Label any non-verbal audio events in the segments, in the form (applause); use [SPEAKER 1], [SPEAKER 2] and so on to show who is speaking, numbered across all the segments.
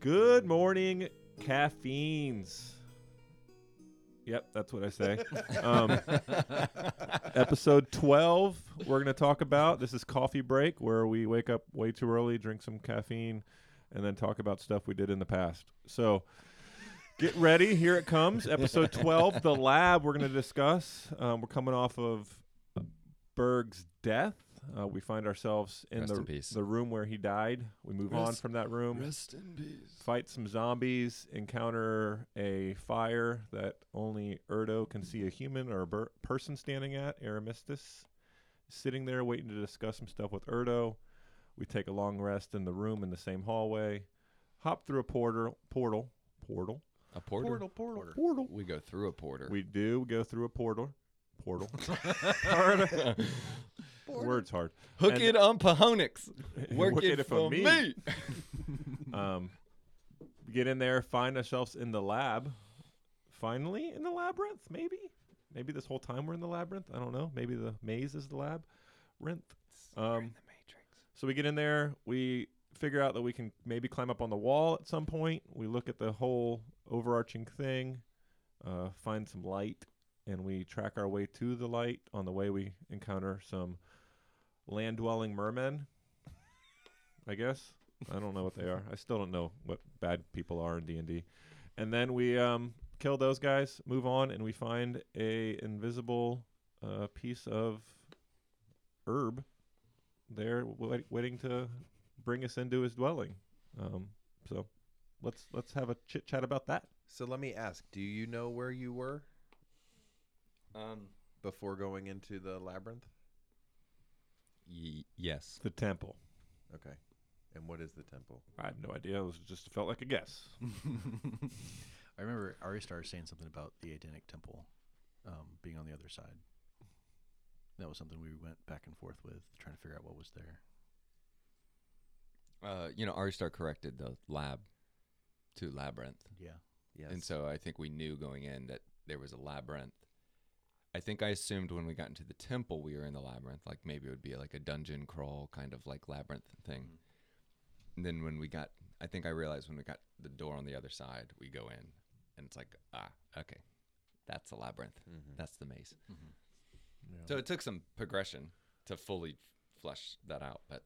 [SPEAKER 1] Good morning, caffeines. Yep, that's what I say.
[SPEAKER 2] (laughs)
[SPEAKER 1] um, episode 12, we're going to talk about this is Coffee Break, where we wake up way too early, drink some caffeine, and then talk about stuff we did in the past. So get ready. Here it comes. Episode 12, The Lab, we're going to discuss. Um, we're coming off of Berg's death. Uh, we find ourselves in
[SPEAKER 2] Rest
[SPEAKER 1] the,
[SPEAKER 2] in peace.
[SPEAKER 1] the room where he died. We move on
[SPEAKER 3] Rest-
[SPEAKER 1] from that room
[SPEAKER 3] Rest in peace.
[SPEAKER 1] fight some zombies, encounter a fire that only Erdo can see a human or a ber- person standing at. Aramistus sitting there waiting to discuss some stuff with Erdo. We take a long rest in the room in the same hallway. Hop through a portal, portal, portal,
[SPEAKER 2] A porter.
[SPEAKER 1] portal, portal.
[SPEAKER 2] We go through a porter.
[SPEAKER 1] We do go through a portal,
[SPEAKER 2] (laughs)
[SPEAKER 1] portal. Hard. Words hard.
[SPEAKER 2] hook
[SPEAKER 1] and-
[SPEAKER 2] it on Pahonix.
[SPEAKER 1] (laughs)
[SPEAKER 2] Work,
[SPEAKER 1] Work
[SPEAKER 2] it,
[SPEAKER 1] it for
[SPEAKER 2] for
[SPEAKER 1] me.
[SPEAKER 2] me.
[SPEAKER 1] Um, get in there, find ourselves in the lab. Finally, in the labyrinth, maybe. Maybe this whole time we're in the labyrinth. I don't know. Maybe the maze is the lab. Rinth. Um, so we get in there. We figure out that we can maybe climb up on the wall at some point. We look at the whole overarching thing, uh, find some light, and we track our way to the light. On the way, we encounter some land dwelling mermen, I guess. I don't know what they are. I still don't know what bad people are in D and D. And then we um, kill those guys, move on, and we find a invisible uh, piece of herb there, wait, waiting to bring us into his dwelling. Um, so let's let's have a chit chat about that.
[SPEAKER 3] So let me ask, do you know where you were
[SPEAKER 2] Um,
[SPEAKER 3] before going into the labyrinth?
[SPEAKER 2] y- yes.
[SPEAKER 1] The temple.
[SPEAKER 3] Okay. And what is the temple?
[SPEAKER 1] I have no idea. It was just felt like a guess.
[SPEAKER 4] (laughs) I remember Aristar saying something about the Adenic Temple um, being on the other side. That was something we went back and forth with, trying to figure out what was there.
[SPEAKER 2] Uh, you know, Aristar corrected the lab to labyrinth.
[SPEAKER 4] Yeah.
[SPEAKER 3] Yes.
[SPEAKER 2] And so I think we knew going in that there was a labyrinth. I think I assumed when we got into the temple we were in the labyrinth, like maybe it would be like a dungeon crawl kind of like labyrinth thing.
[SPEAKER 1] Mm-hmm.
[SPEAKER 2] And then when we got I think I realized when we got the door on the other side, we go in and it's like, ah, okay. That's the labyrinth.
[SPEAKER 4] Mm-hmm.
[SPEAKER 3] (laughs)
[SPEAKER 2] That's the maze. So it took some progression to fully f- flesh that out, but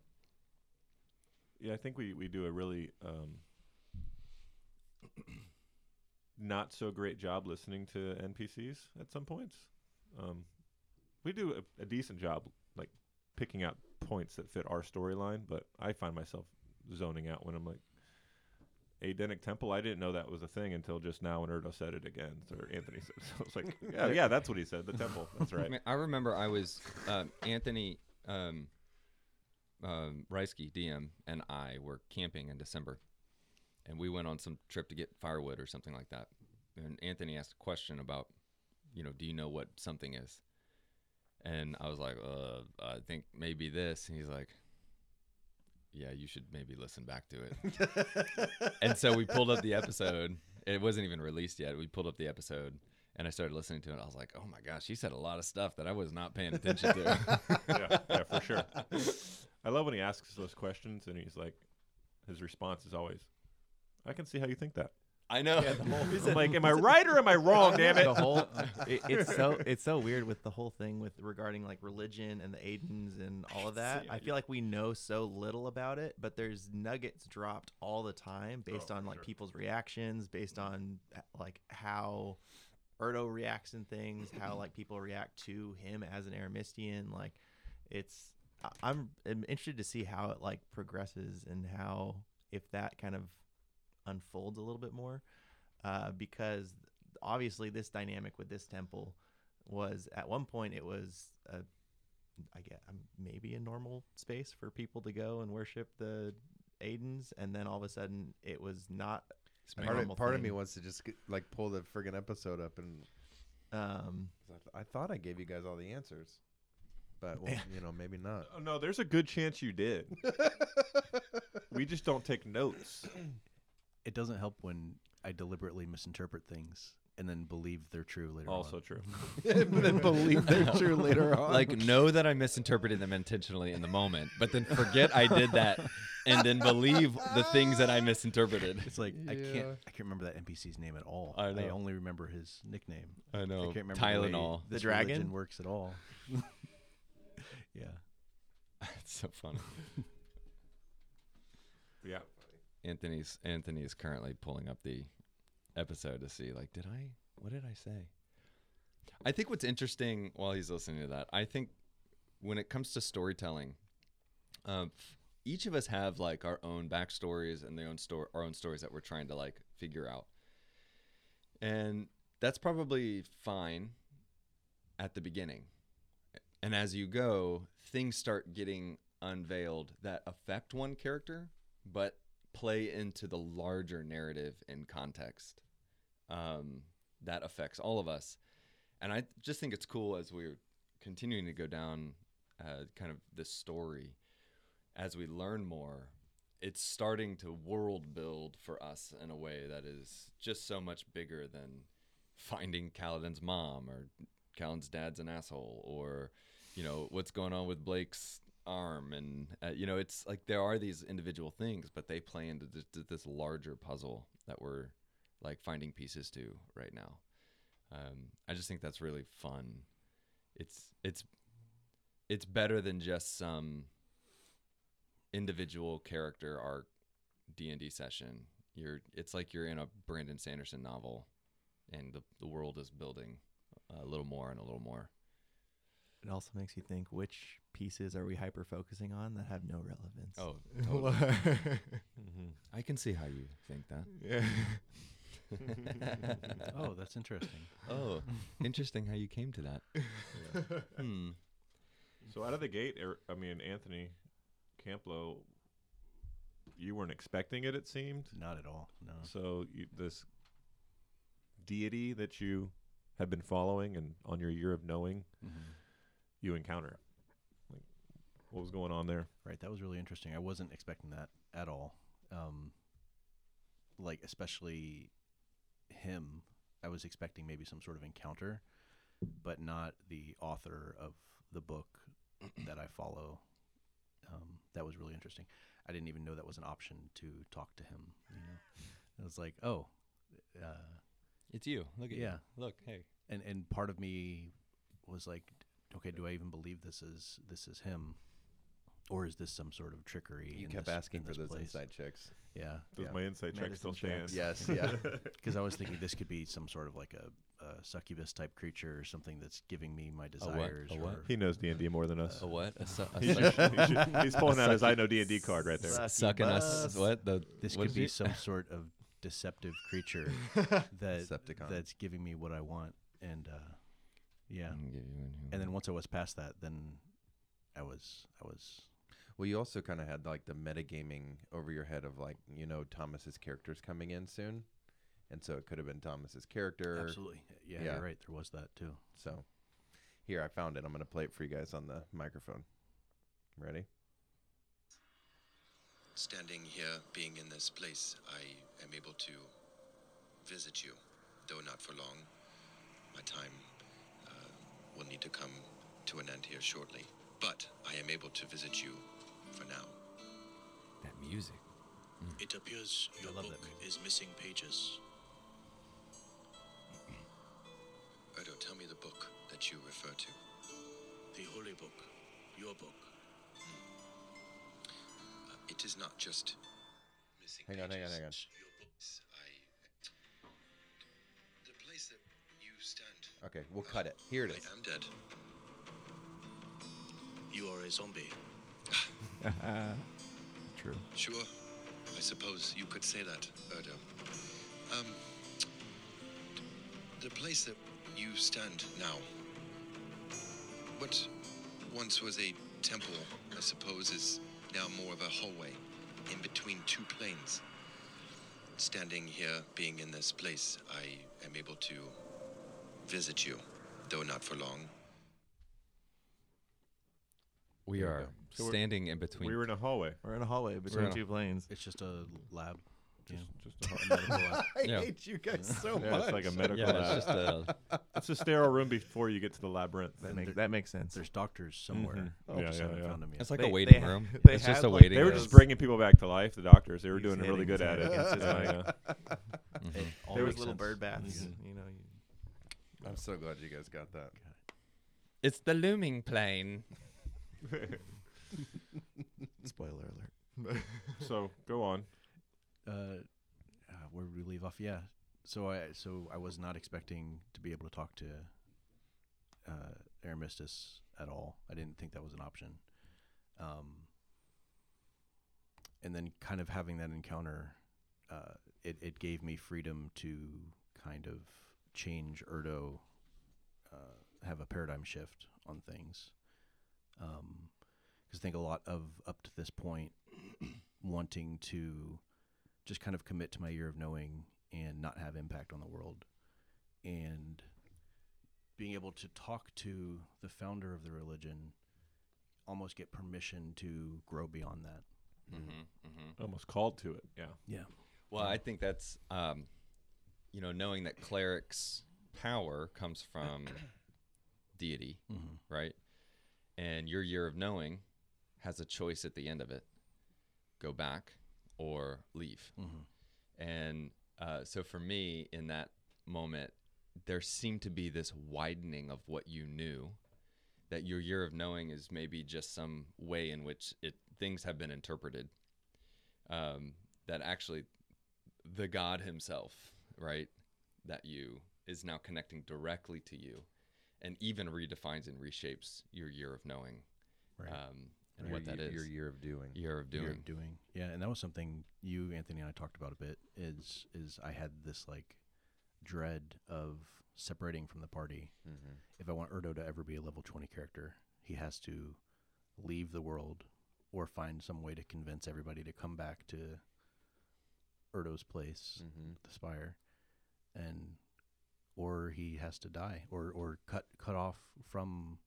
[SPEAKER 1] Yeah, I think we, we do a really um, not so great job listening to NPCs at some points. Um, we do a, a decent job like picking out points that fit our storyline, but I find myself zoning out when I'm like, Adenic Temple. I didn't know that was a thing until just now when Erdo said it again, or Anthony said. So (laughs) I was like, yeah, yeah, that's what he said. The temple. That's
[SPEAKER 2] I
[SPEAKER 1] right.
[SPEAKER 2] mean, I remember I was um, Anthony um, um, Reisky, DM, and I were camping in December, and we went on some trip to get firewood or something like that. And Anthony asked a question about, you know, do you know what something is? And I was like, uh, I think maybe this. And he's like, Yeah, you should maybe listen back to it. and so we pulled up the episode. It wasn't even released yet. We pulled up the episode and I started listening to it. I was like, oh my gosh, he said a lot of stuff that I was not paying attention to.
[SPEAKER 1] yeah, yeah, for sure. I love when he asks those questions and he's like, his response is always, I can see how you think that.
[SPEAKER 2] I know.
[SPEAKER 1] I'm like, am I right or am I
[SPEAKER 5] (laughs)
[SPEAKER 1] wrong, damn
[SPEAKER 5] the
[SPEAKER 1] it?
[SPEAKER 5] whole
[SPEAKER 1] (laughs)
[SPEAKER 5] it, it's so it's so weird with the whole thing with regarding like religion and the Aidens and all of that. I feel like we know so little about it, but there's nuggets dropped all the time based
[SPEAKER 1] Oh,
[SPEAKER 5] on like people's reactions, based on like how Erdo reacts and things,
[SPEAKER 1] (clears throat)
[SPEAKER 5] how like people react to him as an Aramistian. Like it's I- I'm, I'm interested to see how it like progresses and how if that kind of unfolds a little bit more uh, because obviously this dynamic with this temple was at one point it was a I get um, maybe a normal space for people to go and worship the Aidens, and then all of a sudden it was not. a
[SPEAKER 3] part
[SPEAKER 5] normal
[SPEAKER 3] of, part of me
[SPEAKER 5] thing.
[SPEAKER 3] wants to just get, like pull the friggin' episode up and
[SPEAKER 5] Um,
[SPEAKER 3] 'cause I, th- I thought I gave you guys all the answers, but
[SPEAKER 4] (laughs)
[SPEAKER 3] well, you know maybe not. (laughs)
[SPEAKER 1] Oh, no, there's a good chance you
[SPEAKER 5] (laughs)
[SPEAKER 1] did. we just don't take notes.
[SPEAKER 4] It doesn't help when I deliberately misinterpret things and then believe they're true later
[SPEAKER 1] Also
[SPEAKER 4] on.
[SPEAKER 1] true.
[SPEAKER 3] then believe they're
[SPEAKER 4] (laughs)
[SPEAKER 3] true later on. (laughs)
[SPEAKER 2] Like know that I misinterpreted them intentionally in the moment, but then forget I did that, and then believe the things that I misinterpreted.
[SPEAKER 4] It's like I can't
[SPEAKER 3] Yeah.
[SPEAKER 4] I can't remember that NPC's name at all.
[SPEAKER 2] I know.
[SPEAKER 4] only remember his nickname.
[SPEAKER 2] I know.
[SPEAKER 4] I can't remember the, way
[SPEAKER 2] Tylenol.
[SPEAKER 4] this
[SPEAKER 5] The
[SPEAKER 2] (laughs)
[SPEAKER 5] dragon?
[SPEAKER 4] religion works at all. (laughs) yeah.
[SPEAKER 2] It's so funny.
[SPEAKER 1] Yeah.
[SPEAKER 2] Anthony's Anthony is currently pulling up the episode to see like did I what did I say? I think what's interesting while he's listening to that, I think when it comes to storytelling, um, each of us have like our own backstories and their own story, our own stories that we're trying to like figure out, and that's probably fine at the beginning, and as you go, things start getting unveiled that affect one character, but play into the larger narrative and context um, that affects all of us. And I just think it's cool as we're continuing to go down uh, kind of this story, as we learn more, it's starting to world build for us in a way that is just so much bigger than finding Kaladin's mom or Kaladin's dad's an asshole or, you know, what's going on with Blake's arm. And, uh, you know, it's like there are these individual things, but they play into th- th- this larger puzzle that we're like finding pieces to right now. Um, I just think that's really fun. It's, it's, it's better than just some individual character arc D&D session. You're it's like you're in a Brandon Sanderson novel and the, the world is building a little more and a little more.
[SPEAKER 5] It also makes you think which pieces are we hyper focusing on that have no relevance.
[SPEAKER 2] Oh,
[SPEAKER 1] Mm-hmm.
[SPEAKER 2] I can see how you think
[SPEAKER 4] (laughs)
[SPEAKER 2] that.
[SPEAKER 4] Oh, that's interesting.
[SPEAKER 2] oh, interesting how you came to that.
[SPEAKER 4] (laughs)
[SPEAKER 2] Hmm.
[SPEAKER 1] So out of the gate, er, I mean Anthony Camplo, you weren't expecting it. It seemed
[SPEAKER 4] Not at all. No.
[SPEAKER 1] so. You, this deity that you have been following and on your year of knowing,
[SPEAKER 4] Mm-hmm.
[SPEAKER 1] you encounter. Like, what was going on there?
[SPEAKER 4] Right. That was really interesting. I wasn't expecting that at all. Um, like, especially him. I was expecting maybe some sort of encounter, but not the author of the book that I follow. Um, that was really interesting. I didn't even know that was an option to talk to him. You know, I was like, oh, uh,
[SPEAKER 2] It's you. Look at
[SPEAKER 4] Yeah.
[SPEAKER 2] you. Look, hey.
[SPEAKER 4] and and part of me was like okay do i even believe this is this is him or is this some sort of trickery
[SPEAKER 3] you
[SPEAKER 4] in
[SPEAKER 3] kept
[SPEAKER 4] this-
[SPEAKER 3] asking
[SPEAKER 4] in
[SPEAKER 3] for
[SPEAKER 4] this
[SPEAKER 3] those
[SPEAKER 4] place?
[SPEAKER 3] inside checks.
[SPEAKER 4] yeah
[SPEAKER 1] Does
[SPEAKER 3] Yeah.
[SPEAKER 1] my insight check still
[SPEAKER 5] Medicine checks.
[SPEAKER 1] stand?
[SPEAKER 3] Yes, yeah.
[SPEAKER 4] (laughs) because i was thinking this could be some sort of like a, a succubus type creature or something that's giving me my desires
[SPEAKER 2] A what?
[SPEAKER 4] or-
[SPEAKER 1] He knows D and D more than us.
[SPEAKER 2] A what? A, su-
[SPEAKER 1] (laughs)
[SPEAKER 2] a
[SPEAKER 1] He
[SPEAKER 2] suck-
[SPEAKER 1] should- he should- he's pulling out his I know D and D card right there.
[SPEAKER 5] Suck-
[SPEAKER 2] sucking us.
[SPEAKER 5] Succubus.
[SPEAKER 2] What? The,
[SPEAKER 4] this
[SPEAKER 2] what
[SPEAKER 4] could
[SPEAKER 2] is
[SPEAKER 4] be
[SPEAKER 2] it?
[SPEAKER 4] some sort of deceptive creature
[SPEAKER 3] (laughs)
[SPEAKER 4] that
[SPEAKER 3] Decepticon.
[SPEAKER 4] that's giving me what i want and uh
[SPEAKER 3] Mm.
[SPEAKER 4] yeah
[SPEAKER 2] I'm gonna give you one here.
[SPEAKER 4] and then once i was past that then i was i was
[SPEAKER 3] Well, you also kind of had like the metagaming over your head of like, you know, Thomas's character's coming in soon. And so it could have been Thomas's character.
[SPEAKER 4] absolutely yeah,
[SPEAKER 3] yeah.
[SPEAKER 4] you're right there was that too
[SPEAKER 3] So here, I found it. I'm going to play it for you guys on the microphone. Ready?
[SPEAKER 6] Standing here, being in this place, I am able to visit you, though not for long. My time uh, will need to come to an end here shortly, but I am able to visit you for now.
[SPEAKER 2] that music.
[SPEAKER 7] It appears your
[SPEAKER 4] love
[SPEAKER 7] book
[SPEAKER 4] that
[SPEAKER 7] is missing pages.
[SPEAKER 6] Erdo, tell me the book that you refer to.
[SPEAKER 7] The holy book, your book.
[SPEAKER 6] Uh, Hmm. it is not just missing
[SPEAKER 3] Hang on, hang on,
[SPEAKER 6] pages.
[SPEAKER 3] hang on.
[SPEAKER 6] Your books, I. The place that you stand.
[SPEAKER 3] Okay, we'll cut it. Here it is.
[SPEAKER 6] I am dead.
[SPEAKER 7] You are a zombie.
[SPEAKER 5] true.
[SPEAKER 6] Sure. I suppose you could say that, Erdo. Um, the place that you stand now, what once was a temple, I suppose, is now more of a hallway in between two planes. Standing here, being in this place, I am able to visit you, though not for long.
[SPEAKER 2] We
[SPEAKER 3] There we
[SPEAKER 2] are
[SPEAKER 3] go.
[SPEAKER 1] So we're-
[SPEAKER 2] standing in between.
[SPEAKER 1] We were in a hallway.
[SPEAKER 5] We're in a hallway
[SPEAKER 2] We're
[SPEAKER 5] between
[SPEAKER 2] in a-
[SPEAKER 5] two planes.
[SPEAKER 4] It's just a lab.
[SPEAKER 1] Just,
[SPEAKER 2] (laughs)
[SPEAKER 1] just a medical lab.
[SPEAKER 5] (laughs) I
[SPEAKER 2] Yeah.
[SPEAKER 5] hate you (laughs) guys so
[SPEAKER 1] Yeah,
[SPEAKER 5] much.
[SPEAKER 1] it's like a medical
[SPEAKER 2] yeah,
[SPEAKER 1] lab.
[SPEAKER 2] it's just a
[SPEAKER 1] It's a sterile room before you get to the labyrinth.
[SPEAKER 5] that makes that makes sense.
[SPEAKER 4] There's doctors somewhere.
[SPEAKER 1] Oh,
[SPEAKER 4] I just
[SPEAKER 1] yeah, yeah,
[SPEAKER 4] haven't
[SPEAKER 1] yeah.
[SPEAKER 4] found them yet.
[SPEAKER 2] it's like
[SPEAKER 5] They-
[SPEAKER 2] a waiting
[SPEAKER 5] they-
[SPEAKER 2] room.
[SPEAKER 5] they
[SPEAKER 2] it's just
[SPEAKER 5] have,
[SPEAKER 2] a
[SPEAKER 5] like,
[SPEAKER 2] waiting.
[SPEAKER 1] They were
[SPEAKER 2] room.
[SPEAKER 1] just
[SPEAKER 5] Because-
[SPEAKER 1] bringing people back to life. The doctors, they were
[SPEAKER 5] He's
[SPEAKER 1] doing really
[SPEAKER 5] hitting
[SPEAKER 1] good
[SPEAKER 5] his
[SPEAKER 1] at it.
[SPEAKER 5] head
[SPEAKER 1] It's (laughs) just
[SPEAKER 5] against his
[SPEAKER 1] like, uh,
[SPEAKER 4] It all
[SPEAKER 5] there was
[SPEAKER 4] makes
[SPEAKER 5] little
[SPEAKER 4] sense. Mm-hmm.
[SPEAKER 5] bird baths.
[SPEAKER 4] Yeah.
[SPEAKER 5] You know, you-
[SPEAKER 3] I'm so glad you guys got that.
[SPEAKER 2] It's the looming plane.
[SPEAKER 5] spoiler alert.
[SPEAKER 1] so go on.
[SPEAKER 4] uh, uh, where did we leave off? Yeah. So I so I was not expecting to be able to talk to uh, Aramistus at all. I didn't think that was an option. Um, and then kind of having that encounter, uh, it it gave me freedom to kind of change Erdo, uh, have a paradigm shift on things. Because I think a lot of up to this point, (clears throat) wanting to just kind of commit to my year of knowing and not have impact on the world and being able to talk to the founder of the religion almost get permission to grow beyond that
[SPEAKER 2] Mm-hmm,
[SPEAKER 1] Almost called to it. Yeah.
[SPEAKER 4] yeah
[SPEAKER 2] Well, I think that's, um, you know, knowing that cleric's power comes from (coughs) deity,
[SPEAKER 4] Mhm.
[SPEAKER 2] right? And your year of knowing has a choice at the end of it go back or leave.
[SPEAKER 3] Mm-hmm.
[SPEAKER 2] And uh, so for me, in that moment, there seemed to be this widening of what you knew that your year of knowing is maybe just some way in which it things have been interpreted um, that actually the God Himself, right, that you is now connecting directly to you, and even redefines and reshapes your year of knowing, um, and what
[SPEAKER 3] your,
[SPEAKER 2] that
[SPEAKER 3] ye-
[SPEAKER 2] is,
[SPEAKER 3] Your year of doing.
[SPEAKER 2] year of doing.
[SPEAKER 4] you're doing yeah and that was something you anthony and i talked about a bit is is i had this like dread of separating from the party if i want erdo to ever be a level 20 character he has to leave the world or find some way to convince everybody to come back to erdo's place
[SPEAKER 3] Mm-hmm.
[SPEAKER 4] the spire and or he has to die or or cut cut off from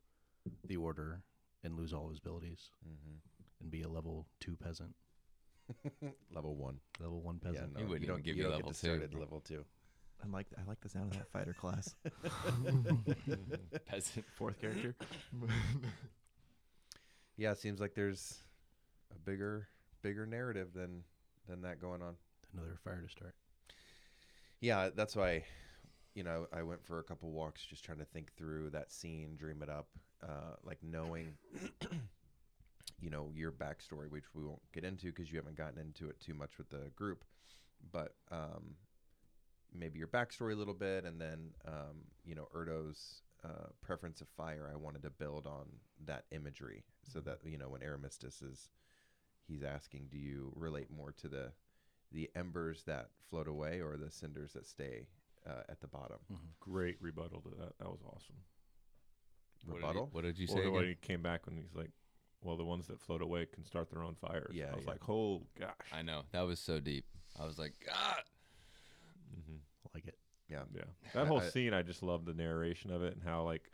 [SPEAKER 4] the order and lose all his abilities
[SPEAKER 3] Mm-hmm.
[SPEAKER 4] and be a level 2 peasant
[SPEAKER 3] Level one.
[SPEAKER 4] level one
[SPEAKER 3] Yeah,
[SPEAKER 4] peasant.
[SPEAKER 3] no,
[SPEAKER 2] wouldn't even
[SPEAKER 3] don't
[SPEAKER 2] give
[SPEAKER 3] uh,
[SPEAKER 2] you
[SPEAKER 3] you don't
[SPEAKER 2] level
[SPEAKER 3] get to
[SPEAKER 2] two.
[SPEAKER 3] start at level two.
[SPEAKER 5] I like I like the sound of that fighter class.
[SPEAKER 2] Peasant.
[SPEAKER 5] Fourth character.
[SPEAKER 2] (laughs)
[SPEAKER 3] Yeah, it seems like there's a bigger, bigger narrative than than that going on.
[SPEAKER 4] Another fire to start.
[SPEAKER 3] Yeah, that's why, you know, I went for a couple walks just trying to think through that scene, dream it up, uh, like knowing, you know, your backstory, which we won't get into because you haven't gotten into it too much with the group, but um, maybe your backstory a little bit, and then, um, you know, Erdo's. Uh, preference of fire. I wanted to build on that imagery so that you know when Aramistus is, he's asking, do you relate more to the the embers that float away or the cinders that stay uh, at the bottom.
[SPEAKER 1] Great rebuttal to that. That was awesome.
[SPEAKER 2] What did you-
[SPEAKER 3] Rebuttal?
[SPEAKER 2] What did you
[SPEAKER 1] Well,
[SPEAKER 2] say?
[SPEAKER 1] the way
[SPEAKER 2] again?
[SPEAKER 1] he came back when he's like, "Well, the ones that float away can start their own fires."
[SPEAKER 3] Yeah,
[SPEAKER 1] I was
[SPEAKER 3] yeah.
[SPEAKER 1] like, "Oh gosh."
[SPEAKER 2] I know that was so deep. I was like, "Ah!" God.
[SPEAKER 1] hmm
[SPEAKER 4] I like it.
[SPEAKER 3] Yeah.
[SPEAKER 1] Yeah, that whole
[SPEAKER 3] I-
[SPEAKER 1] scene, I just love the narration of it and how like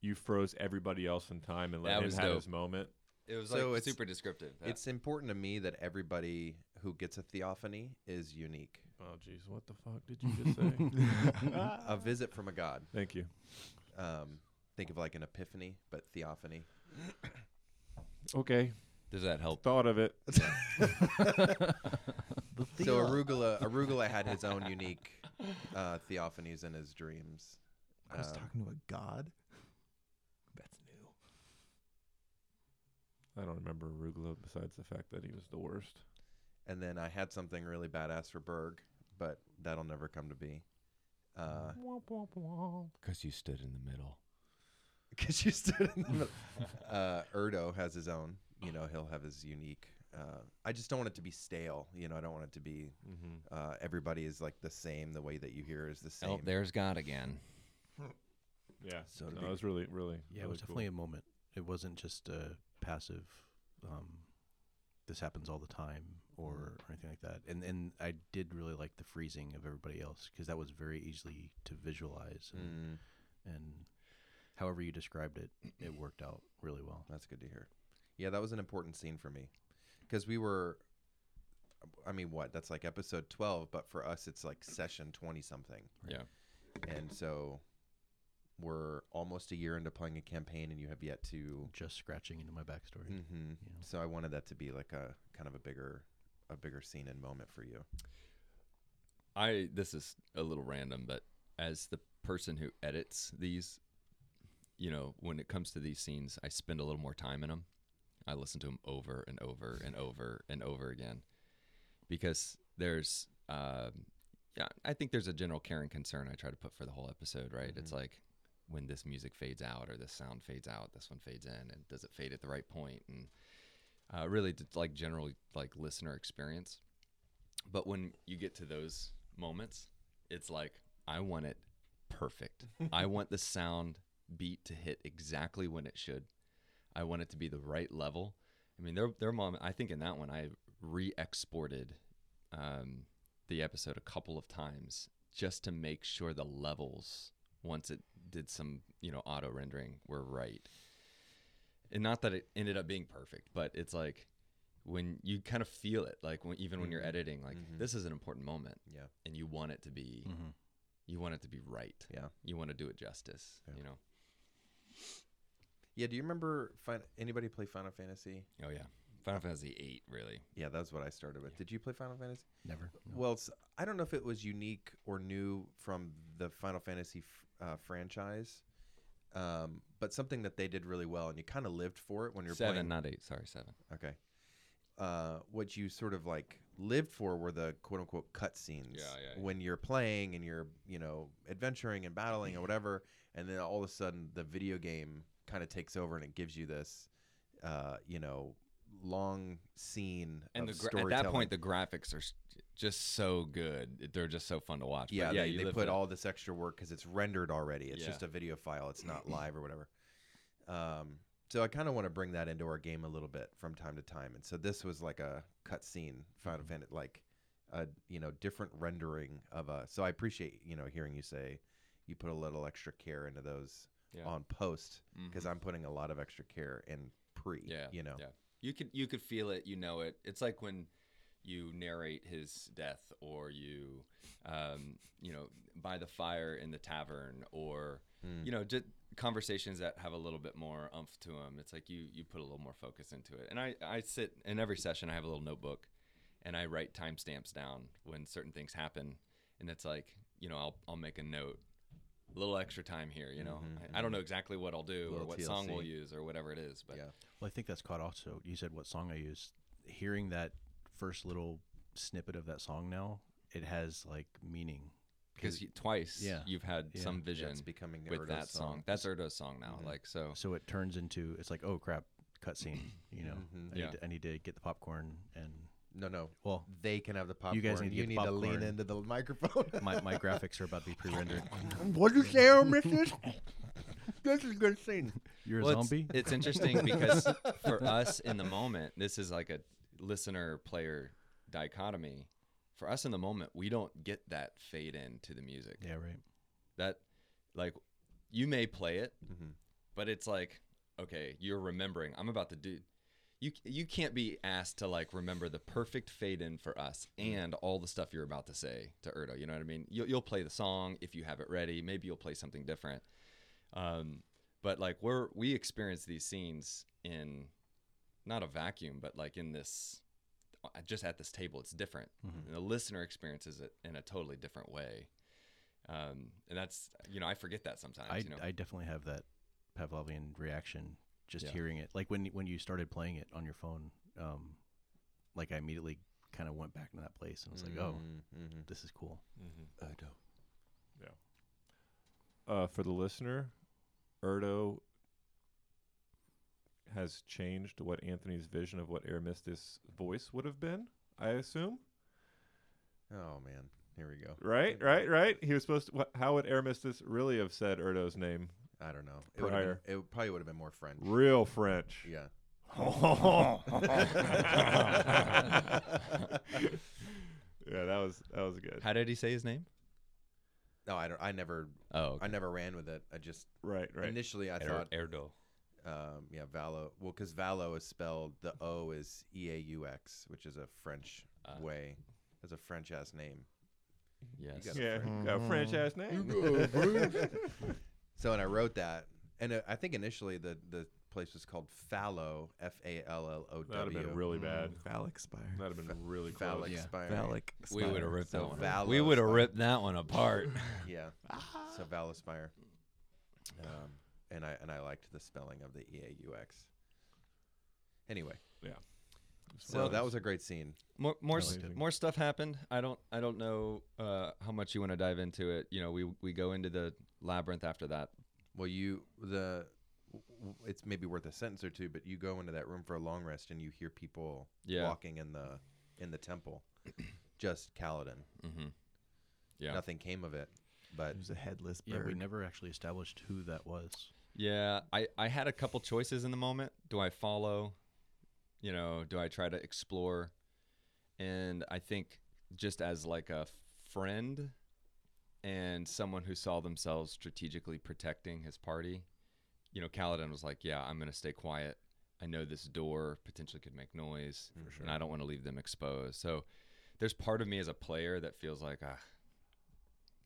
[SPEAKER 1] you froze everybody else in time and let
[SPEAKER 2] That
[SPEAKER 1] him
[SPEAKER 2] was
[SPEAKER 1] have
[SPEAKER 2] dope.
[SPEAKER 1] his moment.
[SPEAKER 2] It was
[SPEAKER 3] So
[SPEAKER 2] like
[SPEAKER 3] it's-
[SPEAKER 2] super descriptive. That-
[SPEAKER 3] It's important to me that everybody who gets a theophany is unique.
[SPEAKER 1] Oh jeez, what the fuck did you just say?
[SPEAKER 3] A visit from a god.
[SPEAKER 1] Thank you.
[SPEAKER 3] Um, think of like an epiphany, but theophany.
[SPEAKER 1] Okay,
[SPEAKER 2] does that help?
[SPEAKER 1] thought of it.
[SPEAKER 3] So arugula, arugula had his own unique uh, theophanies in his dreams.
[SPEAKER 5] I was
[SPEAKER 3] Um,
[SPEAKER 5] talking to a god. That's new.
[SPEAKER 1] I don't remember Arugula besides the fact that he was the worst.
[SPEAKER 3] and then I had something really badass for Berg, but that'll never come to be. Uh,
[SPEAKER 2] Because you stood in the
[SPEAKER 3] (laughs)
[SPEAKER 2] middle.
[SPEAKER 3] because you stood in the middle. (laughs) Uh, Erdo has his own. You know, he'll have his unique. Uh, I just don't want it to be stale. You know, I don't want it to be. Uh, everybody is like the same. The way that you hear is the same.
[SPEAKER 2] Mm-hmm. Oh, there's God again.
[SPEAKER 1] Yeah, so
[SPEAKER 3] So it'd
[SPEAKER 1] no,
[SPEAKER 3] be-
[SPEAKER 1] it was really, really,
[SPEAKER 4] Yeah,
[SPEAKER 1] really
[SPEAKER 4] it was
[SPEAKER 1] cool.
[SPEAKER 4] definitely a moment. It wasn't just a passive. Um, this happens all the time, or, or anything like that. And and I did really like the freezing of everybody else because that was very easily to visualize. And,
[SPEAKER 3] Mm,
[SPEAKER 4] and however you described it, it worked out really well.
[SPEAKER 3] that's good to hear. Yeah, that was an important scene for me because we were. I mean, what? That's like episode 12, but for us, it's like session 20 something.
[SPEAKER 2] Yeah.
[SPEAKER 3] And so we're almost a year into playing a campaign, and you have yet to.
[SPEAKER 4] Just scratching into my backstory.
[SPEAKER 3] hmm
[SPEAKER 4] Yeah.
[SPEAKER 3] So I wanted that to be like a kind of a bigger, a bigger scene and moment for you.
[SPEAKER 2] I this is a little random, but as the person who edits these, you know, when it comes to these scenes, I spend a little more time in them. I listen to them over and over and over and over again because there's, um yeah, I think there's a general care and concern I try to put for the whole episode, right? It's like when this music fades out or this sound fades out, this one fades in, and does it fade at the right point? And uh, really, just like general like listener experience but when you get to those moments it's like i want it perfect i want the sound beat to hit exactly when it should i want it to be the right level i mean their their mom i think in that one i re-exported um, the episode a couple of times just to make sure the levels once it did some you know auto rendering were right and not that it ended up being perfect but it's like when you kind of feel it like when, even when you're editing like this is an important moment
[SPEAKER 3] Yeah.
[SPEAKER 2] and you want it to be
[SPEAKER 4] Mm-hmm.
[SPEAKER 2] you want it to be right
[SPEAKER 3] Yeah.
[SPEAKER 2] you want to do it justice you know
[SPEAKER 3] Yeah. Do you remember fin- anybody play Final Fantasy?
[SPEAKER 2] oh yeah final fantasy 8 really
[SPEAKER 3] Yeah, that's what I started with. Did you play Final Fantasy?
[SPEAKER 4] Never. No.
[SPEAKER 3] Well, it's, I don't know if it was unique or new from the Final Fantasy f- uh, franchise, um, but something that they did really well, and you kind of lived for it when you're
[SPEAKER 2] 7
[SPEAKER 3] playing.
[SPEAKER 2] not 8 sorry 7
[SPEAKER 3] Okay. Uh, what you sort of like lived for were the quote unquote cutscenes.
[SPEAKER 2] Yeah, yeah, yeah.
[SPEAKER 3] When you're playing and you're, you know, adventuring and battling or
[SPEAKER 2] Mm-hmm.
[SPEAKER 3] whatever, and then all of a sudden the video game kind of takes over and it gives you this, uh, you know, long scene
[SPEAKER 2] and the
[SPEAKER 3] of
[SPEAKER 2] gra- at
[SPEAKER 3] storytelling.
[SPEAKER 2] that point the graphics are s- just so good they're just so fun to watch But
[SPEAKER 3] yeah,
[SPEAKER 2] yeah
[SPEAKER 3] they,
[SPEAKER 2] you
[SPEAKER 3] they
[SPEAKER 2] live
[SPEAKER 3] put
[SPEAKER 2] for-
[SPEAKER 3] all this extra work because it's rendered already. It's
[SPEAKER 2] Yeah.
[SPEAKER 3] just a video file. It's
[SPEAKER 2] (clears throat)
[SPEAKER 3] not live or whatever. Um, so I kind of want to bring that into our game a little bit from time to time. And so this was like a cutscene,
[SPEAKER 2] Mm-hmm.
[SPEAKER 3] Final Fantasy, like a you know different rendering of a. So I appreciate you know hearing you say you put a little extra care into those
[SPEAKER 2] Yeah. Mm-hmm.
[SPEAKER 3] on post because I'm putting a lot of extra care in pre.
[SPEAKER 2] yeah
[SPEAKER 3] you know.
[SPEAKER 2] yeah you could you could feel it you know it it's like when you narrate his death or you um, you know by the fire in the tavern or
[SPEAKER 3] Hmm.
[SPEAKER 2] you know just conversations that have a little bit more umph to them it's like you you put a little more focus into it and i i sit in every session i have a little notebook and i write timestamps down when certain things happen and it's like you know i'll i'll make a note a little extra time here you know I, I don't know exactly what i'll do or
[SPEAKER 3] Mm-hmm, Little
[SPEAKER 2] what song we'll
[SPEAKER 3] TLC.
[SPEAKER 2] use or whatever it is but
[SPEAKER 3] Yeah.
[SPEAKER 4] Well, I think that's caught also. You said what song I used. Hearing that first little snippet of that song now, it has like meaning.
[SPEAKER 2] because you, twice
[SPEAKER 4] yeah,
[SPEAKER 2] you've had
[SPEAKER 4] yeah.
[SPEAKER 2] some
[SPEAKER 4] Yeah,
[SPEAKER 2] vision
[SPEAKER 3] it's becoming
[SPEAKER 2] with
[SPEAKER 3] Erdo's
[SPEAKER 2] that song.
[SPEAKER 3] song.
[SPEAKER 2] That's Erdo's song now.
[SPEAKER 4] Mm-hmm.
[SPEAKER 2] Like so,
[SPEAKER 4] So it turns into it's like, oh crap, cutscene.
[SPEAKER 2] (coughs)
[SPEAKER 4] You know, I,
[SPEAKER 2] Mm-hmm. Yeah.
[SPEAKER 4] need to, I need to get the popcorn and
[SPEAKER 3] No, no.
[SPEAKER 4] well,
[SPEAKER 3] They can have the popcorn.
[SPEAKER 4] You guys need to
[SPEAKER 3] you
[SPEAKER 4] get
[SPEAKER 3] need
[SPEAKER 4] the
[SPEAKER 3] to lean
[SPEAKER 4] popcorn.
[SPEAKER 3] into the microphone. (laughs)
[SPEAKER 4] my, (laughs)
[SPEAKER 2] (laughs)
[SPEAKER 4] my graphics are about to be pre-rendered.
[SPEAKER 3] What'd you say, oh,
[SPEAKER 4] (laughs)
[SPEAKER 3] missus? this is a good scene.
[SPEAKER 4] You're a
[SPEAKER 2] Well, it's- (laughs)
[SPEAKER 4] zombie.
[SPEAKER 2] It's,
[SPEAKER 4] (laughs)
[SPEAKER 2] interesting because for us in the moment, this is like a listener player dichotomy. For us in the moment, we don't get that fade in to the music.
[SPEAKER 4] yeah, right.
[SPEAKER 2] That like you may play it, but it's like okay, you're remembering. I'm about to do. You, you can't be asked to like remember the perfect fade in for us and all the stuff you're about to say to Erdo. You know what I mean? You'll, you'll play the song if you have it ready. Maybe you'll play something different. Um, but like we're we experience these scenes in not a vacuum, but like in this uh, just at this table, it's different.
[SPEAKER 4] Mm-hmm.
[SPEAKER 2] And the listener experiences it in a totally different way. Um, and that's you know I forget that sometimes.
[SPEAKER 4] I,
[SPEAKER 2] you know,
[SPEAKER 4] I definitely have that Pavlovian reaction just
[SPEAKER 2] Yeah.
[SPEAKER 4] hearing it. Like when when you started playing it on your phone, um, like I immediately kind of went back to that place and was like,
[SPEAKER 2] Mm.
[SPEAKER 4] oh,
[SPEAKER 3] Mm-hmm.
[SPEAKER 4] this is cool. Mm-hmm.
[SPEAKER 1] uh, for the listener, Erdo has changed what Anthony's vision of what Air Mystis' voice would have been. I assume,
[SPEAKER 3] Oh, man. Here we go.
[SPEAKER 1] right, right, right. He was supposed to. What, how would Air Mystis really have said Erdo's name?
[SPEAKER 3] I don't know. It, would've
[SPEAKER 1] Prior.
[SPEAKER 3] been, it probably would have been more French.
[SPEAKER 1] Real French.
[SPEAKER 3] Yeah.
[SPEAKER 1] (laughs) Yeah, that was that was good.
[SPEAKER 2] How did he say his name?
[SPEAKER 3] No, I don't. I never.
[SPEAKER 2] Oh, okay.
[SPEAKER 3] I never ran with it. I just
[SPEAKER 1] Right, right.
[SPEAKER 3] initially I
[SPEAKER 2] Er-
[SPEAKER 3] thought
[SPEAKER 2] Erdo.
[SPEAKER 3] Um, yeah, Valo. Well, because Valo is spelled the O is E A U X, which is a French
[SPEAKER 2] Ah.
[SPEAKER 3] way. That's a French ass name.
[SPEAKER 2] Yes.
[SPEAKER 3] got
[SPEAKER 1] Yeah, got a French ass name. (laughs)
[SPEAKER 3] So, and I wrote that, and uh, I think initially the the place was called Fallow, F A L L O W.
[SPEAKER 1] That'd have been really bad.
[SPEAKER 5] Phallic Mm, spire.
[SPEAKER 1] That'd have been really close.
[SPEAKER 3] Phallic
[SPEAKER 4] Yeah.
[SPEAKER 3] Spire.
[SPEAKER 5] Phallic.
[SPEAKER 2] We would have
[SPEAKER 5] spire.
[SPEAKER 2] ripped
[SPEAKER 3] So
[SPEAKER 2] that one. apart. We
[SPEAKER 3] Valos
[SPEAKER 2] would have
[SPEAKER 3] are-
[SPEAKER 2] ripped that one apart.
[SPEAKER 3] (laughs) Yeah. So Valispire. Um, and I and I liked the spelling of the E A U X. Anyway, so that was a great scene.
[SPEAKER 2] more more s-
[SPEAKER 1] Amazing.
[SPEAKER 2] more stuff happened. I don't I don't know uh, how much you want to dive into it. You know, we we go into the labyrinth after that.
[SPEAKER 3] Well, you the w- w- it's maybe worth a sentence or two, but you go into that room for a long rest and you hear people
[SPEAKER 2] Yeah.
[SPEAKER 3] walking in the in the temple. Just Kaladin.
[SPEAKER 2] Mm-hmm. Yeah.
[SPEAKER 3] Nothing came of it, but
[SPEAKER 5] It was a headless
[SPEAKER 4] Yeah,
[SPEAKER 5] bird.
[SPEAKER 4] we
[SPEAKER 5] (laughs)
[SPEAKER 4] never actually established who that was.
[SPEAKER 2] Yeah, I, I had a couple choices in the moment. Do I follow? You know, do I try to explore? And I think just as like a friend and someone who saw themselves strategically protecting his party, you know, Kaladin was like, "Yeah, I'm going to stay quiet. I know this door potentially could make noise, and I don't want to leave them exposed." So there's part of me as a player that feels like, ah,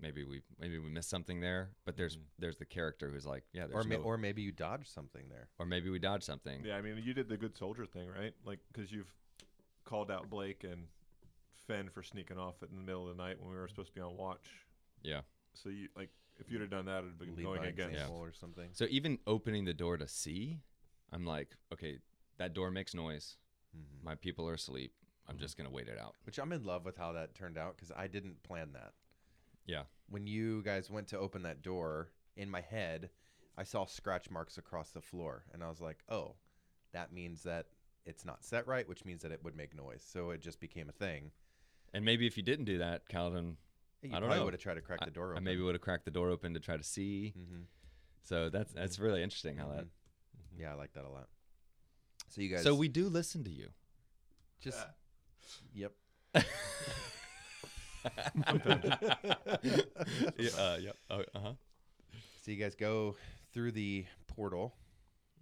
[SPEAKER 2] maybe we maybe we missed something there. But there's there's the character who's like, "Yeah,
[SPEAKER 3] Mm-hmm. or
[SPEAKER 2] there's
[SPEAKER 3] ma-
[SPEAKER 2] no-
[SPEAKER 3] or maybe you dodged something there.
[SPEAKER 2] or maybe we dodged something.
[SPEAKER 1] Yeah, I mean, you did the good soldier thing, right? Like, because you've called out Blake and Fenn for sneaking off in the middle of the night when we were supposed to be on watch.
[SPEAKER 2] Yeah.
[SPEAKER 1] So you like, if you'd have done that, it'd been
[SPEAKER 3] Lead
[SPEAKER 1] going
[SPEAKER 3] by
[SPEAKER 1] against.
[SPEAKER 3] example or something.
[SPEAKER 2] So even opening the door to see, I'm like, okay, that door makes noise.
[SPEAKER 3] Mhm.
[SPEAKER 2] My people are asleep. I'm just gonna wait it out.
[SPEAKER 3] Which I'm in love with how that turned out because I didn't plan that.
[SPEAKER 2] Yeah.
[SPEAKER 3] when you guys went to open that door, in my head, I saw scratch marks across the floor, and I was like, "Oh, that means that it's not set right, which means that it would make noise." So it just became a thing.
[SPEAKER 2] And maybe if you didn't do that, Calvin,
[SPEAKER 3] You
[SPEAKER 2] I don't
[SPEAKER 3] probably
[SPEAKER 2] know.
[SPEAKER 3] would have tried to crack
[SPEAKER 2] I,
[SPEAKER 3] the door
[SPEAKER 2] I
[SPEAKER 3] open.
[SPEAKER 2] maybe would have cracked the door open to try to see.
[SPEAKER 3] hmm
[SPEAKER 2] So that's that's really interesting how that.
[SPEAKER 3] Mm-hmm.
[SPEAKER 2] mm-hmm.
[SPEAKER 3] Yeah, I like that a lot. So you guys.
[SPEAKER 2] So we do listen to
[SPEAKER 3] (laughs)
[SPEAKER 2] you. (laughs)
[SPEAKER 3] just. Yep.
[SPEAKER 2] yeah. Uh, yeah. Uh huh.
[SPEAKER 3] So you guys go through the portal,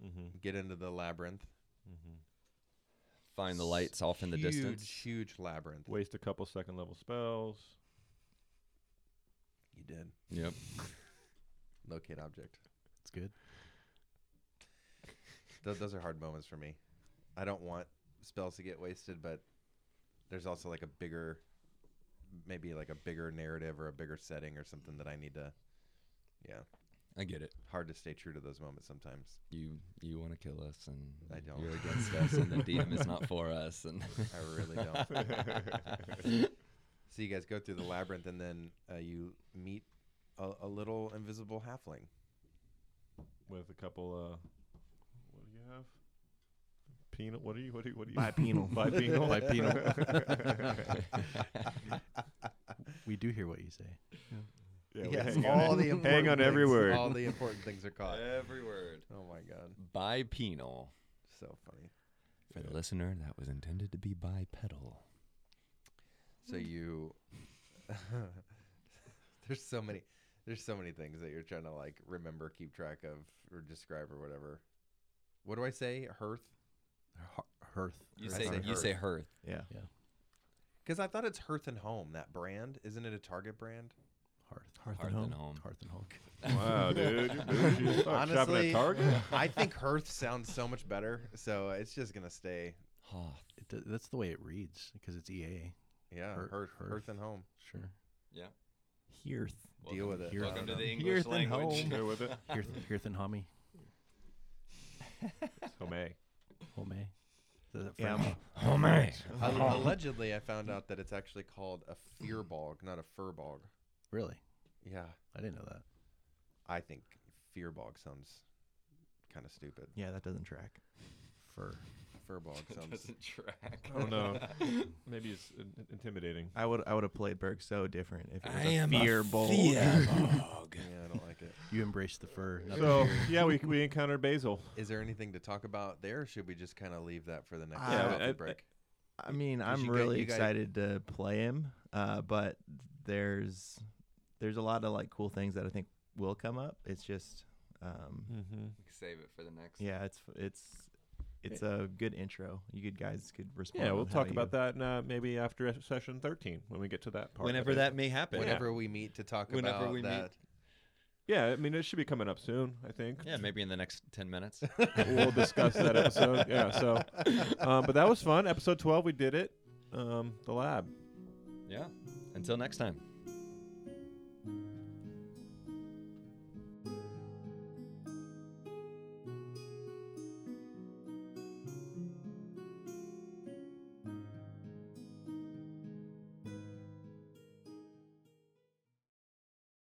[SPEAKER 1] Mm-hmm.
[SPEAKER 3] get into the labyrinth.
[SPEAKER 2] Find the lights off in the
[SPEAKER 3] huge,
[SPEAKER 2] distance.
[SPEAKER 3] Huge labyrinth.
[SPEAKER 1] Waste a couple second level spells.
[SPEAKER 3] You did
[SPEAKER 2] Yep.
[SPEAKER 3] locate object.
[SPEAKER 4] It's good.
[SPEAKER 3] Those, those are hard moments for me. I don't want spells to get wasted, but there's also like a bigger, maybe like a bigger narrative or a bigger setting or something that I need to. Yeah,
[SPEAKER 2] I get it.
[SPEAKER 3] hard to stay true to those moments sometimes.
[SPEAKER 2] You you want to kill us, and
[SPEAKER 3] I don't.
[SPEAKER 2] You're against us, and the DM is not for us, and.
[SPEAKER 3] I really don't.
[SPEAKER 2] (laughs)
[SPEAKER 3] so you guys go through the labyrinth and then uh, you meet a, a little invisible halfling.
[SPEAKER 1] with a couple. Uh, what do you have? Penal. What are you? What do you? What do you?
[SPEAKER 5] Bipenal. (laughs)
[SPEAKER 1] Bipenal.
[SPEAKER 4] Bipenal. We do hear what you say.
[SPEAKER 1] (laughs) yeah, we
[SPEAKER 3] yes,
[SPEAKER 1] hang on
[SPEAKER 3] all
[SPEAKER 1] it.
[SPEAKER 3] the important
[SPEAKER 1] hang on every
[SPEAKER 3] things-
[SPEAKER 1] word.
[SPEAKER 3] All the important things are caught.
[SPEAKER 2] Every word.
[SPEAKER 3] Oh my god,
[SPEAKER 2] Bipenal.
[SPEAKER 3] so funny.
[SPEAKER 2] For the listener, that was intended to be bipedal.
[SPEAKER 3] So you (laughs) there's so many there's so many things that you're trying to like remember, keep track of, or describe or whatever. What do I say? Hearth?
[SPEAKER 4] Hearth.
[SPEAKER 2] You
[SPEAKER 3] I
[SPEAKER 2] say
[SPEAKER 3] say
[SPEAKER 2] you say hearth.
[SPEAKER 5] Yeah.
[SPEAKER 3] Because I thought it's Hearth and Home, that brand. Isn't it a Target brand?
[SPEAKER 4] Hearth.
[SPEAKER 5] Hearth,
[SPEAKER 2] Hearth
[SPEAKER 5] and
[SPEAKER 2] and
[SPEAKER 5] home.
[SPEAKER 2] home.
[SPEAKER 4] Hearth and Hulk.
[SPEAKER 3] (laughs)
[SPEAKER 1] Wow, dude. You're bougie as fuck. shopping at
[SPEAKER 3] Honestly,
[SPEAKER 1] Target.
[SPEAKER 3] (laughs) I think Hearth sounds so much better. So it's just gonna stay.
[SPEAKER 2] Hoth.
[SPEAKER 4] It, do- that's the way it reads because it's E EA.
[SPEAKER 3] Yeah,
[SPEAKER 4] Hearth-
[SPEAKER 3] Hearth, Hearth,
[SPEAKER 4] Hearth.
[SPEAKER 3] and Home.
[SPEAKER 4] Sure.
[SPEAKER 2] Yeah.
[SPEAKER 5] Hearth.
[SPEAKER 3] Deal with it.
[SPEAKER 4] Hearth. Welcome
[SPEAKER 3] I
[SPEAKER 4] to
[SPEAKER 3] don't know.
[SPEAKER 5] Hearth and
[SPEAKER 2] (laughs)
[SPEAKER 5] home.
[SPEAKER 1] Go with it.
[SPEAKER 4] Hearth, Hearth and Homie.
[SPEAKER 1] Homey.
[SPEAKER 4] Home.
[SPEAKER 5] Yeah, I'm-
[SPEAKER 2] Homie.
[SPEAKER 3] Al- Allegedly, I found out that it's actually called a fearbog, not a furbog.
[SPEAKER 4] Really?
[SPEAKER 3] Yeah,
[SPEAKER 4] I didn't know that.
[SPEAKER 3] I think fearbog sounds kind of stupid.
[SPEAKER 5] Yeah, that doesn't track.
[SPEAKER 4] Fur.
[SPEAKER 3] Furbog
[SPEAKER 2] (laughs)
[SPEAKER 3] sounds.
[SPEAKER 2] track.
[SPEAKER 1] Oh no. Maybe it's in- in- intimidating.
[SPEAKER 5] I would I would have played Berg so different if it was
[SPEAKER 2] I
[SPEAKER 5] a
[SPEAKER 2] am
[SPEAKER 5] fear
[SPEAKER 2] a
[SPEAKER 5] bowl.
[SPEAKER 2] fearbog.
[SPEAKER 3] (laughs) Yeah, I don't like it.
[SPEAKER 4] You embrace the fur. not the
[SPEAKER 1] So
[SPEAKER 4] beard.
[SPEAKER 1] yeah, we we encountered Basil.
[SPEAKER 3] Is there anything to talk about there? Or should we just kind of leave that for the
[SPEAKER 2] Uh,
[SPEAKER 3] next
[SPEAKER 5] Yeah,
[SPEAKER 3] coffee
[SPEAKER 1] I- I-
[SPEAKER 3] break?
[SPEAKER 5] I mean,
[SPEAKER 3] should
[SPEAKER 5] I'm
[SPEAKER 3] get-
[SPEAKER 5] really
[SPEAKER 3] you guys-
[SPEAKER 5] excited to play him, uh, but there's there's a lot of like cool things that I think will come up. It's just Um,
[SPEAKER 1] Mm-hmm.
[SPEAKER 2] (laughs) We can save it for the next.
[SPEAKER 5] yeah, it's it's it's a good intro. You good guys could respond.
[SPEAKER 1] Yeah, we'll
[SPEAKER 5] on how
[SPEAKER 1] talk about
[SPEAKER 5] you-
[SPEAKER 1] that in, uh, maybe after session 13 when we get to that part. of
[SPEAKER 2] Whenever
[SPEAKER 1] it.
[SPEAKER 2] that may happen.
[SPEAKER 3] Whenever we meet to talk
[SPEAKER 2] Whenever
[SPEAKER 3] about
[SPEAKER 2] we meet.
[SPEAKER 3] that.
[SPEAKER 1] Yeah, I mean, it should be coming up soon, I think.
[SPEAKER 2] Yeah, maybe in the next 10 (laughs) minutes.
[SPEAKER 1] we'll discuss that episode. Yeah, so. Um, but that was fun. Episode 12, we did it. Um, the lab.
[SPEAKER 2] yeah. Until next time.